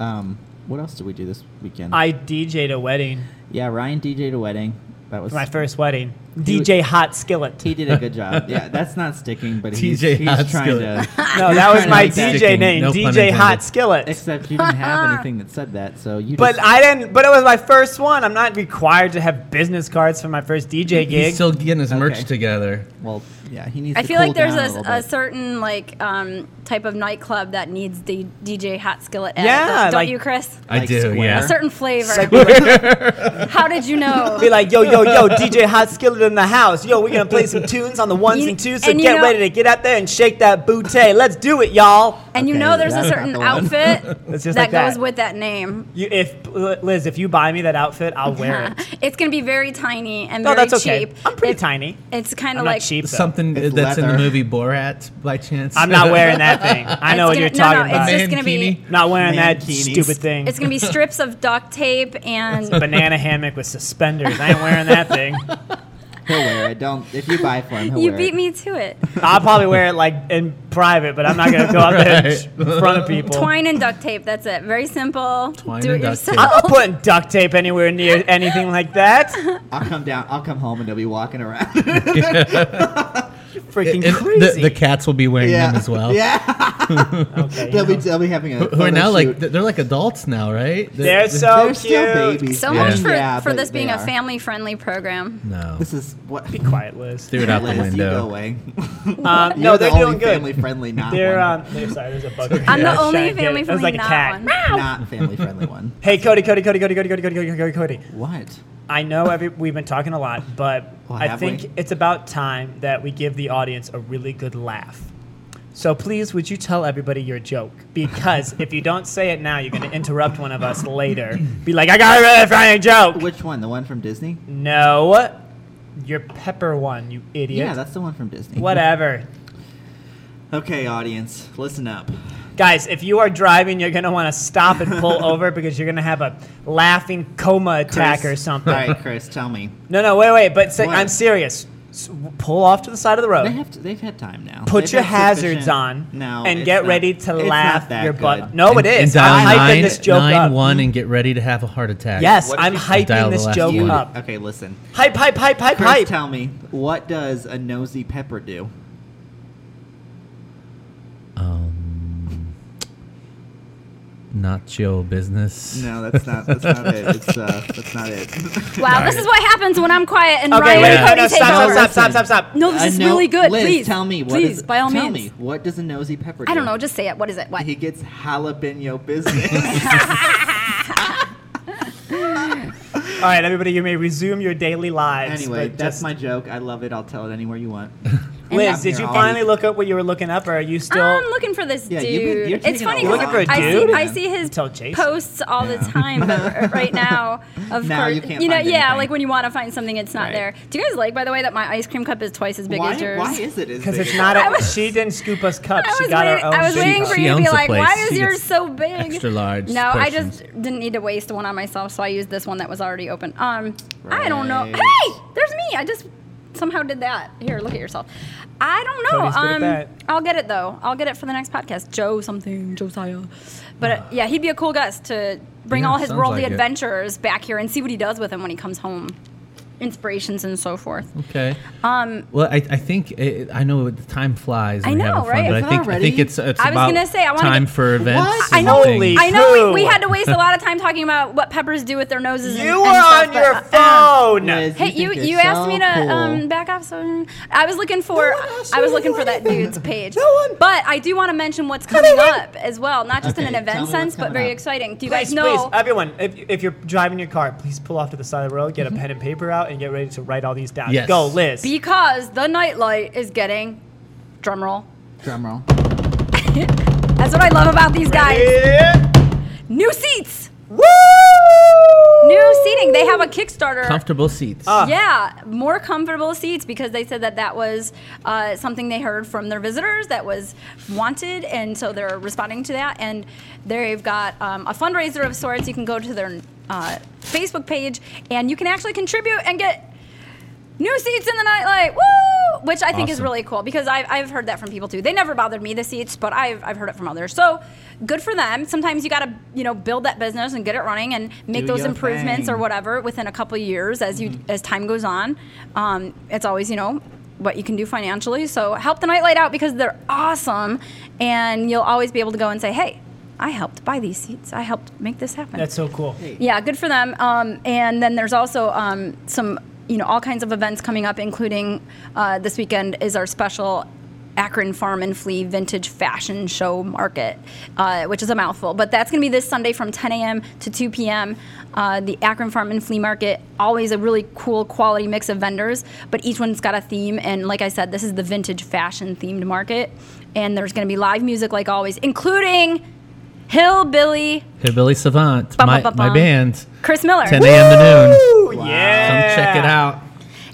S3: Um, what else did we do this weekend?
S4: I DJ'd a wedding,
S3: yeah, Ryan DJ'd a wedding. That was
S4: my first wedding.
S3: He-
S4: DJ Hot Skillet.
S3: He did a good job. Yeah, that's not sticking, but he's,
S5: TJ
S3: he's trying
S5: Hodgkin.
S3: to.
S4: no, that was
S3: trying to
S4: my
S3: make that
S4: DJ
S5: sticking,
S4: name,
S5: no pun
S4: DJ Hot
S5: intended.
S4: Skillet.
S3: Except you didn't have anything that said that, so you.
S4: But
S3: just,
S4: I didn't. But it was my first one. I'm not required to have business cards for my first DJ
S5: He's
S4: gig.
S5: still getting his merch
S3: Okay.
S5: together.
S3: well, Yeah, he needs.
S2: I
S3: to
S2: feel
S3: cool
S2: like there's
S3: down a,
S2: a,
S3: little
S2: a,
S3: bit.
S2: certain like um, type of nightclub that needs the DJ hot skillet. Ad,
S4: Yeah,
S2: don't
S4: like-
S2: you, Chris?
S5: I
S3: Like
S5: do,
S3: square.
S5: yeah.
S2: A certain flavor.
S4: Like, be, like,
S2: How did you know?
S4: be like, yo, yo, yo, DJ Hot Skillet in the house. Yo, we're gonna play some tunes on the ones
S2: You-
S4: and twos. So
S2: and you
S4: get
S2: know-
S4: ready to get out there and shake that booty. Let's do it, y'all.
S2: and you
S3: Okay,
S2: know there's a
S3: that's not
S2: certain
S3: the one.
S2: outfit
S4: It's just
S2: that
S4: like that.
S2: goes with that name. Uh,
S4: You, if Liz, if you buy me that outfit, I'll wear it.
S2: It's gonna be very tiny and
S4: No,
S2: very
S4: that's okay.
S2: cheap.
S4: I'm pretty
S2: It-
S4: tiny.
S2: It's kind
S4: I'm
S2: of
S4: not
S2: like
S4: cheap. Though.
S5: Something
S3: It's
S5: that's in the
S3: leather.
S5: movie Borat by chance.
S4: I'm not wearing that thing. I know what
S2: It's
S4: you're
S2: gonna-
S4: talking
S2: no, no,
S4: about.
S2: It's just gonna be.
S5: Mankini.
S4: Not wearing that
S3: Mankinis.
S4: stupid thing.
S2: It's gonna be strips of duct tape and
S4: banana hammock with suspenders. I ain't wearing that thing.
S3: He'll wear it. Don't if you buy it for him. He'll
S2: you
S3: wear
S2: beat
S3: it.
S2: me to it.
S4: I'll probably wear it like in private, but I'm not gonna go out there
S5: Right.
S4: in front of people.
S2: Twine and duct tape. That's it. Very simple.
S5: Twine
S2: Do
S5: and
S2: it
S5: duct tape.
S2: yourself.
S4: I'm not putting duct tape anywhere near anything like that.
S3: I'll come down. I'll come home and they'll be walking around.
S4: Freaking
S5: And the,
S4: crazy.
S5: the cats will be wearing them as well.
S3: Yeah.
S4: Okay, you
S3: They'll be,
S4: know.
S3: they'll be having a.
S5: Who are now like
S3: shoot.
S5: they're like adults now, right?
S4: They're so
S3: they're
S4: cute.
S3: still babies.
S2: So
S3: man.
S2: much for,
S3: Yeah,
S2: for
S3: but
S2: this
S3: they
S2: being a
S3: are.
S2: family friendly program.
S5: no.
S3: This is what.
S4: Be quiet, Liz.
S5: Threw it out the
S3: Liz, You go
S5: window.
S3: away.
S4: Um,
S3: You're
S4: no,
S3: the
S4: they're
S3: only
S4: doing
S3: family
S4: good.
S3: friendly, not
S4: They're
S3: one.
S4: um. They're, sorry, there's a bug.
S5: I'm
S2: I'm
S5: Yeah,
S2: the only
S4: Shaggy.
S2: family
S4: It was
S2: friendly
S4: like a
S2: not
S4: cat.
S2: one.
S3: not family friendly one.
S4: Hey, Cody, Cody, Cody, Cody, Cody, Cody, Cody, Cody, Cody, Cody.
S3: What?
S4: I know every, we've been talking a lot, but
S3: Well,
S4: I
S3: have
S4: think
S3: we?
S4: it's about time that we give the audience a really good laugh. So please, would you tell everybody your joke? Because if you don't say it now, you're going to interrupt one of us later. Be like, I got a really funny joke.
S3: Which one? The one from Disney?
S4: No, your pepper one, you idiot.
S3: Yeah, that's the one from Disney.
S4: Whatever.
S3: Okay, audience, listen up.
S4: Guys, if you are driving, you're going to want to stop and pull over because you're going to have a laughing coma attack or
S3: Chris-
S4: something.
S3: All right, Chris, tell me.
S4: No, no, wait, wait. But say,
S3: What?
S4: I'm serious. S- pull off to the side of the road.
S3: They have to, they've had time now.
S4: Put
S3: They've
S4: your
S3: had
S4: hazards
S3: sufficient-
S4: on
S3: No,
S4: and
S3: it's
S4: get
S3: not-
S4: ready to
S3: it's
S4: laugh
S3: not that
S4: your butt.
S3: good.
S2: Oh,
S4: No, it is.
S5: dial
S4: I'm hyping
S5: nine-
S4: this joke
S5: nine
S4: up.
S5: one and get ready to have a heart attack.
S4: Yes,
S3: What did
S4: I'm
S3: you-
S5: Dial
S4: hyping
S5: the
S4: this
S5: last
S4: joke
S5: one.
S4: up.
S3: Okay, listen.
S4: Hype, hype, hype, hype,
S3: Chris,
S4: hype.
S3: tell me, what does a nosy pepper do?
S5: Um, not your business.
S3: No, that's not. That's not it. It's, uh, that's not it.
S2: Wow, this is what happens when I'm quiet and
S4: Okay,
S2: Ryan
S4: wait,
S5: Yeah.
S2: and
S4: no,
S2: Cody
S4: no,
S2: take
S4: stop,
S2: over.
S4: stop, stop, stop, stop, stop.
S2: No, this
S3: I
S2: is
S3: know-
S2: really good.
S3: Liz,
S2: please
S3: tell me. What
S2: please,
S3: is-
S2: by all
S3: tell
S2: means.
S3: me what does a nosy pepper do?
S2: I don't know. Just say it. What is it? What?
S3: He gets jalapeno business.
S4: All right, everybody, you may resume your daily lives.
S3: anyway,
S4: but
S3: that's
S4: just-
S3: my joke. I love it. I'll tell it anywhere you want.
S4: Liz,
S3: I'm
S4: did
S3: here
S4: you
S3: all
S4: finally
S3: week.
S4: look up what you were looking up, or are you still?
S2: I'm looking for this
S3: Yeah,
S2: dude.
S3: you've been- you're
S2: it's
S3: taking
S2: funny
S3: a
S2: because
S4: Looking for a
S2: I see
S4: dude?
S2: I see his
S4: Tell Jason.
S2: posts all the time, but right now, of
S3: Now
S2: course,
S3: you can't
S2: know,
S3: find
S2: yeah,
S3: anything.
S2: like when you want to find something, it's not
S3: Right.
S2: there. Do you guys like, by the way, that my ice cream cup is twice as big
S3: why,
S2: as yours?
S3: why is it?
S4: Because it's not.
S2: I
S4: A,
S2: was-
S4: she didn't scoop us cups.
S2: I was,
S4: She got
S2: waiting,
S4: her own.
S2: I was
S4: scoop
S2: waiting
S4: up.
S2: for
S5: She
S2: you to be
S5: owns the
S2: like,
S5: place.
S2: why is
S5: She
S2: yours
S5: gets
S2: so big?
S5: extra large
S2: No, I
S5: portions.
S2: just didn't need to waste one on myself, so I used this one that was already open. Um, I don't know.
S3: Right.
S2: Hey, there's me. I just somehow did that. Here, look at yourself. I don't know.
S4: Cody's good at
S2: um,
S4: that.
S2: I'll get it though. I'll get it for the next podcast. Joe something, Josiah. But uh, yeah, he'd be a cool guest to bring
S5: Yeah,
S2: all his
S5: sounds
S2: worldly
S5: like it.
S2: adventures back here and see what he does with them when he comes home. Inspirations and so forth.
S5: Okay. Um. Well, I, I think it, I know it- time flies.
S2: I
S5: and we're
S2: know,
S5: having fun,
S2: right?
S5: But
S3: It's
S5: I think I think
S3: already-
S5: it's it's
S2: I was
S5: about
S2: gonna say, I wanna
S5: time
S2: get-
S5: for events.
S3: What?
S5: and
S2: I know-
S5: things.
S2: I know we, we
S4: Pooh.
S2: had to waste a lot of time talking about what peppers do with their noses. and-
S4: You were
S2: and stuff,
S4: on
S2: but,
S4: your
S2: uh,
S4: phone.
S3: Liz,
S2: Hey, you you,
S3: think you're
S2: asked
S3: so
S2: me to
S3: cool.
S2: um, back off. So I was looking for
S4: No one asked
S2: I
S4: you
S2: was
S4: to
S2: looking
S4: do
S2: for that
S4: anything.
S2: dude's page.
S4: No one-
S2: But I do want to mention what's coming up as well, not just in an
S3: Okay, tell
S2: event
S3: me
S2: sense,
S3: what's
S2: but
S3: coming
S2: very
S3: up.
S2: exciting. Do you
S4: Please,
S2: guys know?
S4: please, everyone, if, if you're driving your car, please pull off to the side of the road, get
S2: Mm-hmm.
S4: a pen and paper out, and get ready to write all these down.
S5: Yes.
S4: Go, Liz.
S2: Because the nightlight is getting drumroll.
S3: Drum roll.
S2: That's what I love about these guys.
S4: Yeah.
S2: New seats,
S4: Woo!
S2: new seating. They have a Kickstarter.
S5: comfortable seats.
S3: Uh,
S4: Ah.
S2: yeah, more comfortable seats because they said that that was uh, something they heard from their visitors that was wanted, and so they're responding to that. And they've got um, a fundraiser of sorts. You can go to their uh, Facebook page, and you can actually contribute and get new seats in the nightlight. Woo! Which I think is
S5: Awesome.
S2: really cool because I've, I've heard that from people too. They never bothered me the seats, but I've, I've heard it from others. So good for them. Sometimes you got to you know build that business and get it running and make
S3: Do
S2: those
S3: your
S2: improvements or
S3: thing.
S2: whatever within a couple years as you as time goes on. Um, it's always you know what you can do financially. So help the nightlight out because they're awesome, and you'll always be able to go and say, hey. I helped buy these seats. I helped make this happen.
S4: That's so cool.
S2: Yeah, good for them. Um, and then there's also um, some you know all kinds of events coming up, including uh, this weekend is our special Akron Farm and Flea Vintage Fashion Show Market, uh, which is a mouthful. But that's going to be this Sunday from 10 a.m. to 2 p.m. Uh, the Akron Farm and Flea Market, always a really cool quality mix of vendors, but each one's got a theme. And like I said, this is the vintage fashion themed market. And there's going to be live music like always, including Hillbilly
S5: Hillbilly Savant, my, my
S2: Ba-ba-ba-bum.
S5: band,
S2: Chris Miller.
S5: 10 a.m. to noon.
S4: Ooh,
S5: Come
S4: yeah.
S5: check it out.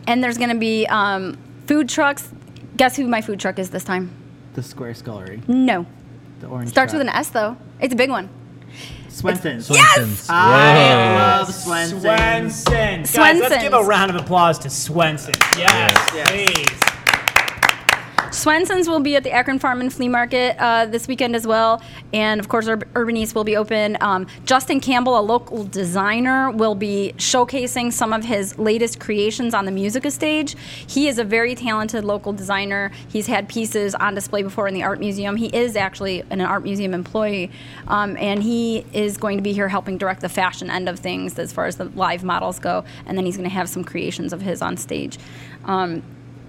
S2: And there's going to be um, food trucks. Guess who my food truck is this time?
S1: The square scullery.
S2: No.
S1: The orange.
S2: Starts with an
S1: truck.
S2: S, though. It's a big one.
S1: Swenson's.
S5: Swenson's.
S1: I
S5: Whoa.
S1: love Swenson's.
S4: Swenson. Guys,
S2: Swenson's.
S4: let's give a round of applause to Swenson. Yes, please.
S2: Swenson's will be at the Akron Farm and Flea Market uh, this weekend as well. And of course, Ur- Urban East will be open. Um, Justin Campbell, a local designer, will be showcasing some of his latest creations on the Musica stage. He is a very talented local designer. He's had pieces on display before in the Art Museum. He is actually an Art Museum employee. Um, and he is going to be here helping direct the fashion end of things as far as the live models go. And then he's going to have some creations of his on stage. Um,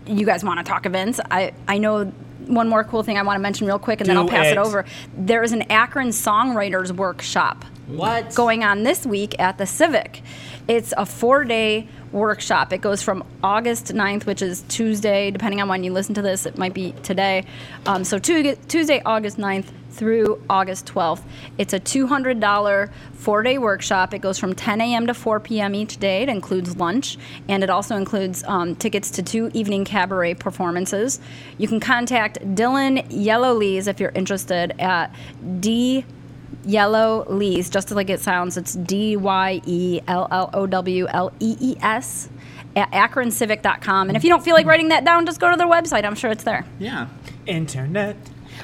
S2: you guys want to talk events. I, I know one more cool thing I want to mention real quick, and then
S4: Do
S2: I'll pass it.
S4: it.
S2: over. There is an Akron Songwriters Workshop
S4: What?
S2: going on this week at the Civic. It's a four day workshop. It goes from August 9th, which is Tuesday, depending on when you listen to this, it might be today. Um, so Tu- Tuesday, August 9th through August 12th. It's a $200 four day workshop. It goes from 10 a.m. to 4 p.m. each day. It includes lunch and it also includes um, tickets to two evening cabaret performances. You can contact Dylan Yellowlees if you're interested at D Yellow Lees, just like it sounds. It's D Y E L L O W L E E S at akroncivic.com. And if you don't feel like writing that down, just go to their website. I'm sure it's there.
S3: Yeah.
S4: Internet.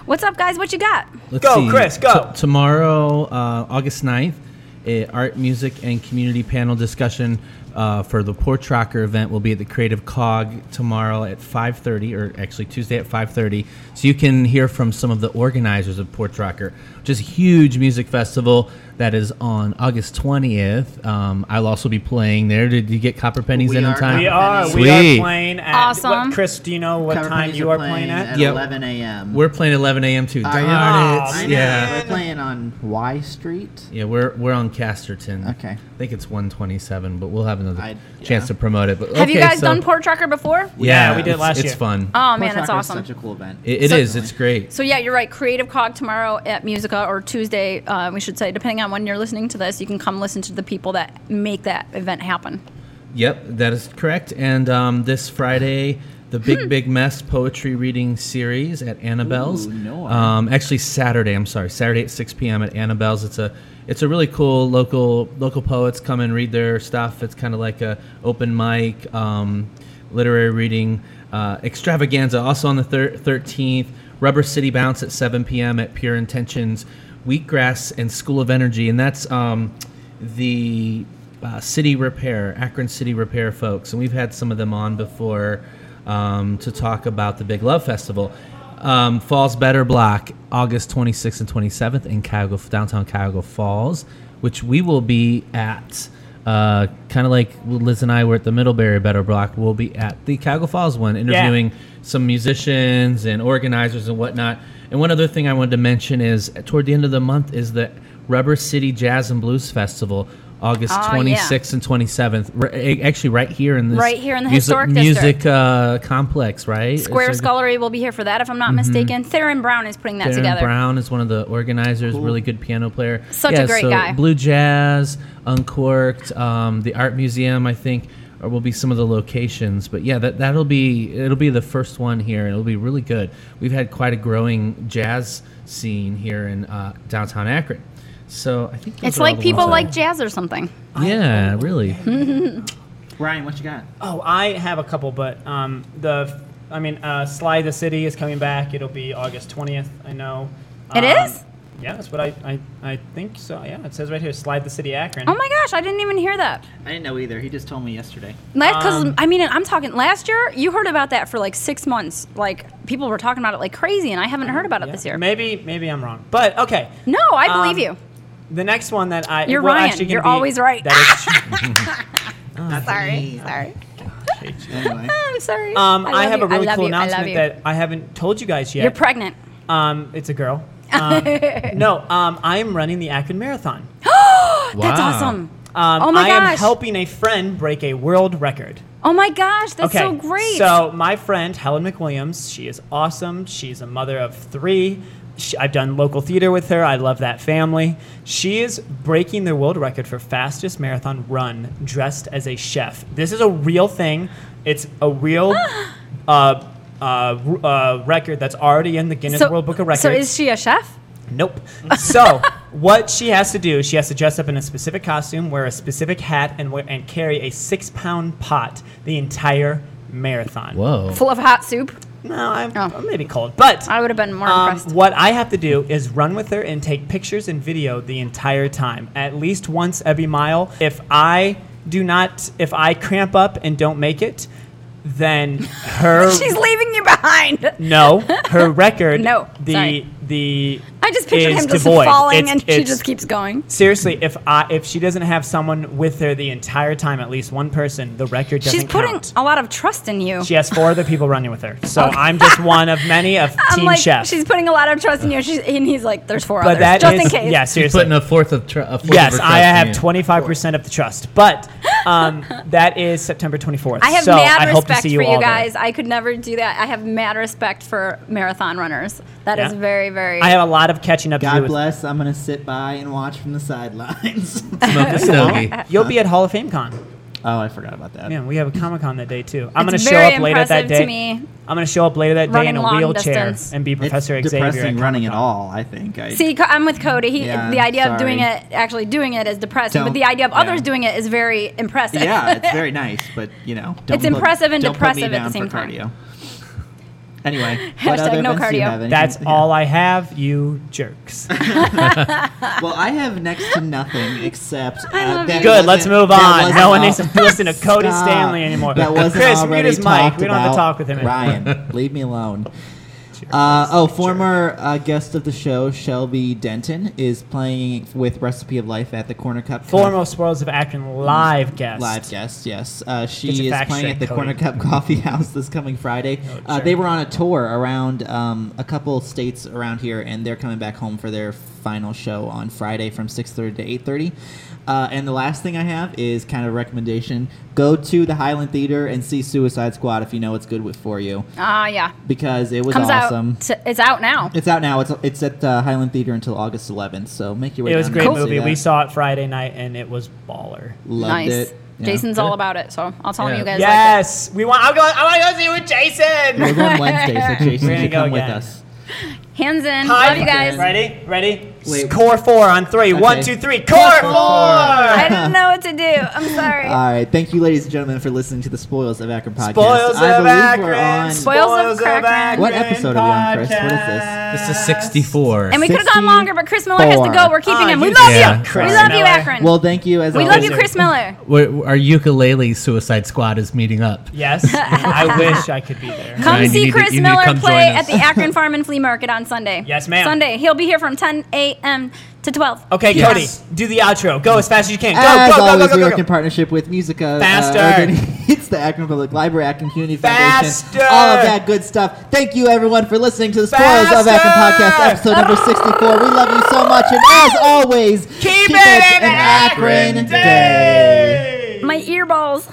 S2: What's up, guys? What you got?
S5: Let's
S4: Go, Chris, go.
S5: T- tomorrow, uh, August 9th, a art, music, and community panel discussion uh, for the Porch Rocker event will be at the Creative Cog tomorrow at 5.30, or actually Tuesday at 5.30. So you can hear from some of the organizers of Porch Rocker, which is a huge music festival that is on August 20th. Um, I'll also be playing there. Did you get Copper Pennies
S3: We
S5: in
S3: are
S5: on time?
S4: We
S3: Copper
S4: are.
S3: Pennies.
S4: We are
S5: Ah, Sweet.
S4: playing at.
S2: Awesome.
S4: What, Chris, do you know what
S1: Cover
S4: time
S1: Pennies
S4: you
S1: are
S4: are playing at?
S5: Yep.
S1: 11 a.m.
S5: We're playing 11 a.m. too.
S3: Oh,
S1: Are you?
S5: Darn
S4: Aw,
S5: it.
S4: man.
S5: Yeah.
S1: We're playing on Y Street.
S5: Yeah, we're we're on Casterton.
S1: Okay.
S5: I think it's 127, but we'll have another
S1: I-
S5: chance to promote it. But
S2: Have you
S5: okay,
S2: guys
S5: so-
S2: done Port Tracker before?
S5: Yeah,
S4: Yeah, we did
S5: it's-
S4: last year.
S5: It's fun.
S2: Oh,
S1: Horse
S2: man, that's
S1: Rocker is
S2: awesome.
S1: Such a cool event.
S5: It, it is. It's great.
S2: So yeah, you're right. Creative Cog tomorrow at Musica or Tuesday, uh, we should say, depending on when you're listening to this, you can come listen to the people that make that event happen.
S5: Yep, that is correct. And um, this Friday, the
S2: Hmm.
S5: Big Big Mess poetry reading series at Annabelle's.
S1: Ooh, no.
S5: Um, actually, Saturday. I'm sorry, Saturday at 6 p.m. at Annabelle's. It's a it's a really cool local local poets come and read their stuff. It's kind of like a open mic um, literary reading uh, extravaganza. Also on the thir- 13th, Rubber City Bounce at 7 p.m. at Pure Intentions, Wheatgrass and School of Energy, and that's um, the uh, city repair, Akron City Repair folks, and we've had some of them on before um, to talk about the Big Love Festival. Um, Falls Better Block, August 26th and 27th in Cuyahoga, downtown Cuyahoga Falls, which we will be at. Uh, kind of like Liz and I were at the Middlebury Better Block, we'll be at the Cuyahoga Falls one, interviewing some musicians and organizers and whatnot. And one other thing I wanted to mention is toward the end of the month is the Rubber City Jazz and Blues Festival, August
S2: Oh, yeah.
S5: 26th and 27th. Ri- a- actually, right here in this
S2: Right here in the
S5: music,
S2: historic
S5: music
S2: district.
S5: Uh, complex, right?
S2: Square
S5: It's like-
S2: Scullery will be here for that, if I'm not mistaken. Theron Brown is putting that
S5: Darren
S2: together.
S5: Brown is one of the organizers. Really good piano player.
S2: Such a great
S5: so
S2: guy.
S5: Blue Jazz, Uncorked, um, the Art Museum, I think, or will be some of the locations. But yeah, that that'll be it'll be the first one here, and it'll be really good. We've had quite a growing jazz scene here in uh, downtown Akron. So I think those
S2: It's
S5: are all
S2: like
S5: the
S2: people
S5: ones
S2: like
S5: I-
S2: jazz or something.
S5: yeah, really.
S1: Ryan, what you got?
S4: Oh, I have a couple, but um, the I mean, uh, Sly the City is coming back. It'll be August twentieth. I know.
S2: It
S4: It is.
S2: is?
S4: Yeah, that's what I, I I think so. Yeah, it says right here, Slide the City Akron.
S2: Oh my gosh, I didn't even hear that.
S1: I didn't know either. He just told me yesterday.
S2: Because
S4: Um,
S2: I mean, I'm talking last year. You heard about that for like six months. Like people were talking about it like crazy, and I haven't heard about it
S4: Yeah.
S2: this year.
S4: Maybe maybe I'm wrong, but okay.
S2: No, I
S4: Um,
S2: believe you.
S4: The next one that I
S2: You're
S4: we're
S2: Ryan.
S4: actually gonna
S2: You're
S4: be-
S5: Oh,
S2: always right.
S4: That is
S2: Sorry, sorry.
S4: page.
S3: Anyway.
S2: I'm sorry.
S4: Um, I,
S2: love
S4: have
S2: you.
S4: a really
S2: love
S4: cool
S2: you. I love
S4: announcement
S2: you.
S4: that I haven't told you guys yet.
S2: you're pregnant.
S4: um, it's a girl. Um, no, um, I am running the Akron Marathon.
S2: That's
S5: Wow.
S2: awesome.
S4: Um,
S2: oh my
S4: I
S2: gosh.
S4: am helping a friend break a world record.
S2: Oh my gosh, that's so great.
S4: So my friend Helen McWilliams, she is awesome. She's a mother of three. She, I've done local theater with her. I love that family. She is breaking the world record for fastest marathon run dressed as a chef. This is a real thing. It's a real uh, uh, r- uh, record that's already in the Guinness
S2: So-
S4: World Book of Records.
S2: So is she a chef?
S4: Nope. So, what she has to do, she has to dress up in a specific costume, wear a specific hat, and, wear, and carry a six pound pot the entire marathon.
S5: Whoa.
S2: Full of hot soup?
S4: No, I'm,
S2: Oh.
S4: I'm maybe cold. But
S2: I would have been more
S4: um,
S2: impressed.
S4: what I have to do is run with her and take pictures and video the entire time, at least once every mile. If I do not, if I cramp up and don't make it, then her.
S2: She's leaving you behind.
S4: No, her record.
S2: No,
S4: the
S2: sorry.
S4: the.
S2: I just pictured
S4: is
S2: him just
S4: devoid.
S2: falling
S4: It's-
S2: and she
S4: it's-
S2: just keeps going.
S4: Seriously, if I if she doesn't have someone with her the entire time, at least one person, the record doesn't
S2: She's putting
S4: count.
S2: a lot of trust in you.
S4: She has four other people running with her, so I'm just one of many of
S2: I'm
S4: Team
S2: like,
S4: Chef.
S2: she's putting a lot of trust in you. She's, and he's like, there's four
S4: but
S2: others,
S4: that
S2: just
S4: is-
S2: in case.
S4: yeah,
S5: She's
S4: seriously.
S5: putting a fourth of tr- a fourth
S4: yes,
S5: of her
S4: I
S5: trust in
S4: have
S5: you.
S4: 25 percent of the trust, but um, that is September 24th.
S2: I have
S4: so
S2: mad
S4: I hope to
S2: respect
S4: see you
S2: for
S4: all
S2: you
S4: there.
S2: guys. I could never do that. I have mad respect for marathon runners. That is
S4: Yeah.
S2: very, very.
S4: I have a lot of catching up to
S3: God
S4: do. With
S3: bless. I'm gonna sit by and watch from the sidelines.
S5: Smoke a stogie.
S4: You'll be at Hall of Fame Con.
S3: oh, I forgot about that.
S4: Yeah, we have a Comic Con that day too. I'm gonna
S2: It's
S4: show
S2: very
S4: up later that
S2: impressive to
S4: day.
S2: me.
S4: I'm gonna show up later that day
S2: Running
S4: in a
S2: long
S4: wheelchair
S2: distance.
S4: and be Professor
S3: it's
S4: Xavier.
S3: depressing
S4: at
S3: running at
S4: Comic-Con.
S3: all. I think. I,
S2: See, Co- I'm with Cody. He,
S3: Yeah,
S2: the idea of doing
S3: sorry.
S2: it, actually doing it, is depressing. but
S3: Don't-
S2: the idea of
S3: yeah.
S2: others doing it is very impressive.
S3: yeah, it's very nice, but you know, don't
S2: It's
S3: put-
S2: impressive and
S3: don't put me
S2: depressive at the
S3: down
S2: same
S3: for
S2: time.
S3: Cardio. Anyway, what
S2: Hashtag
S3: other
S2: no
S3: events do you
S2: cardio.
S3: have? Anything-
S4: That's
S3: yeah.
S4: all I have, you jerks.
S3: Well, I have next to nothing except. Uh,
S2: I love
S3: that
S2: you.
S4: Good, let's
S3: wasn't-
S4: move
S3: that
S4: on.
S3: wasn't
S4: No one
S3: al-
S4: needs to listen to Cody
S3: Stop.
S4: Stanley anymore.
S3: That wasn't
S4: Chris, mute
S3: already
S4: his mic.
S3: talked
S4: We don't have to
S3: about
S4: talk with him anymore.
S3: Ryan, leave me alone. Uh, oh, former uh, guest of the show, Shelby Denton, is playing with Recipe of Life at the Corner Cup. Co-
S4: Former Spoils of Akron live guest.
S3: Live guest, yes. Uh,
S4: Get your
S3: she is
S4: facts
S3: playing
S4: straight,
S3: at the
S4: Cody.
S3: Corner Cup Coffee House this coming Friday.
S4: Oh,
S3: uh,
S4: sure.
S3: they were on a tour around um, a couple states around here, and they're coming back home for their final show on Friday from 6.30 to 8.30. Uh, and the last thing I have is kind of a recommendation. Go to the Highland Theater and see Suicide Squad if you know it's good with, for you,
S2: Ah, yeah.
S3: because it was
S2: Comes
S3: awesome.
S2: out. t- it's out now.
S3: It's out now. It's it's at the Highland Theater until August 11th. So make your way.
S4: It was a
S3: down
S4: great
S3: there and see
S4: movie. We
S3: that.
S4: saw it Friday night and it was baller.
S3: Loved
S2: nice.
S3: it. Yeah.
S2: Jason's all about it, so I'll tell him
S5: Yeah.
S2: you guys. Like
S4: Yes, we want. I'm going. I want to go see it with
S3: We're
S4: Jason.
S3: going Wednesday, so Jason
S4: We're gonna
S3: should
S4: go
S3: come with
S4: again.
S3: us.
S2: it. Hands in.
S4: Hi.
S2: Love you guys.
S4: Ready? Ready?
S3: Wait.
S4: Core four on three. One, two, three. Core four.
S2: I didn't know what to do. I'm sorry.
S3: All right. Thank you, ladies and gentlemen, for listening to the Spoils of Akron podcast.
S4: Spoils
S3: I
S4: of
S3: believe we're
S4: Akron.
S3: on.
S2: Spoils of Akron.
S3: What episode are we on, Chris? What is this?
S5: This is 64.
S2: and we could have gone
S3: 64.
S2: longer, but Chris Miller has to go. We're keeping
S4: Oh,
S2: him. We
S4: you
S2: love
S5: suck,
S2: you. We
S5: Chris
S2: love you,
S4: Miller.
S2: Akron.
S3: well, thank you as
S2: we
S3: always.
S2: love you, Chris Miller.
S5: We're, our ukulele Suicide Squad is meeting up.
S4: Yes. I wish I could be there.
S2: Come
S5: Ryan, you
S2: see
S5: need to-
S2: Chris
S5: you need to
S2: Miller
S5: come
S2: play
S5: join
S2: at
S5: us.
S2: the Akron Farm and Flea Market on Sunday.
S4: Yes, ma'am.
S2: Sunday. He'll be here from 10 a.m. to 12.
S4: Okay,
S2: Yes.
S4: Cody, do the outro. Go as fast as you can. Go,
S3: As
S4: go, go,
S3: always,
S4: go,
S3: we
S4: go,
S3: work
S4: go,
S3: in
S4: go.
S3: partnership with Musica.
S4: Faster.
S3: it's the Akron Public Library, Akron Community
S4: Faster.
S3: Foundation. All of that good stuff. Thank you, everyone, for listening to the Spoils of
S4: Faster.
S3: Akron podcast, episode number 64. We love you so much. And as always,
S4: Keep
S3: us
S4: it
S3: an Akron
S4: Day.
S2: My earballs.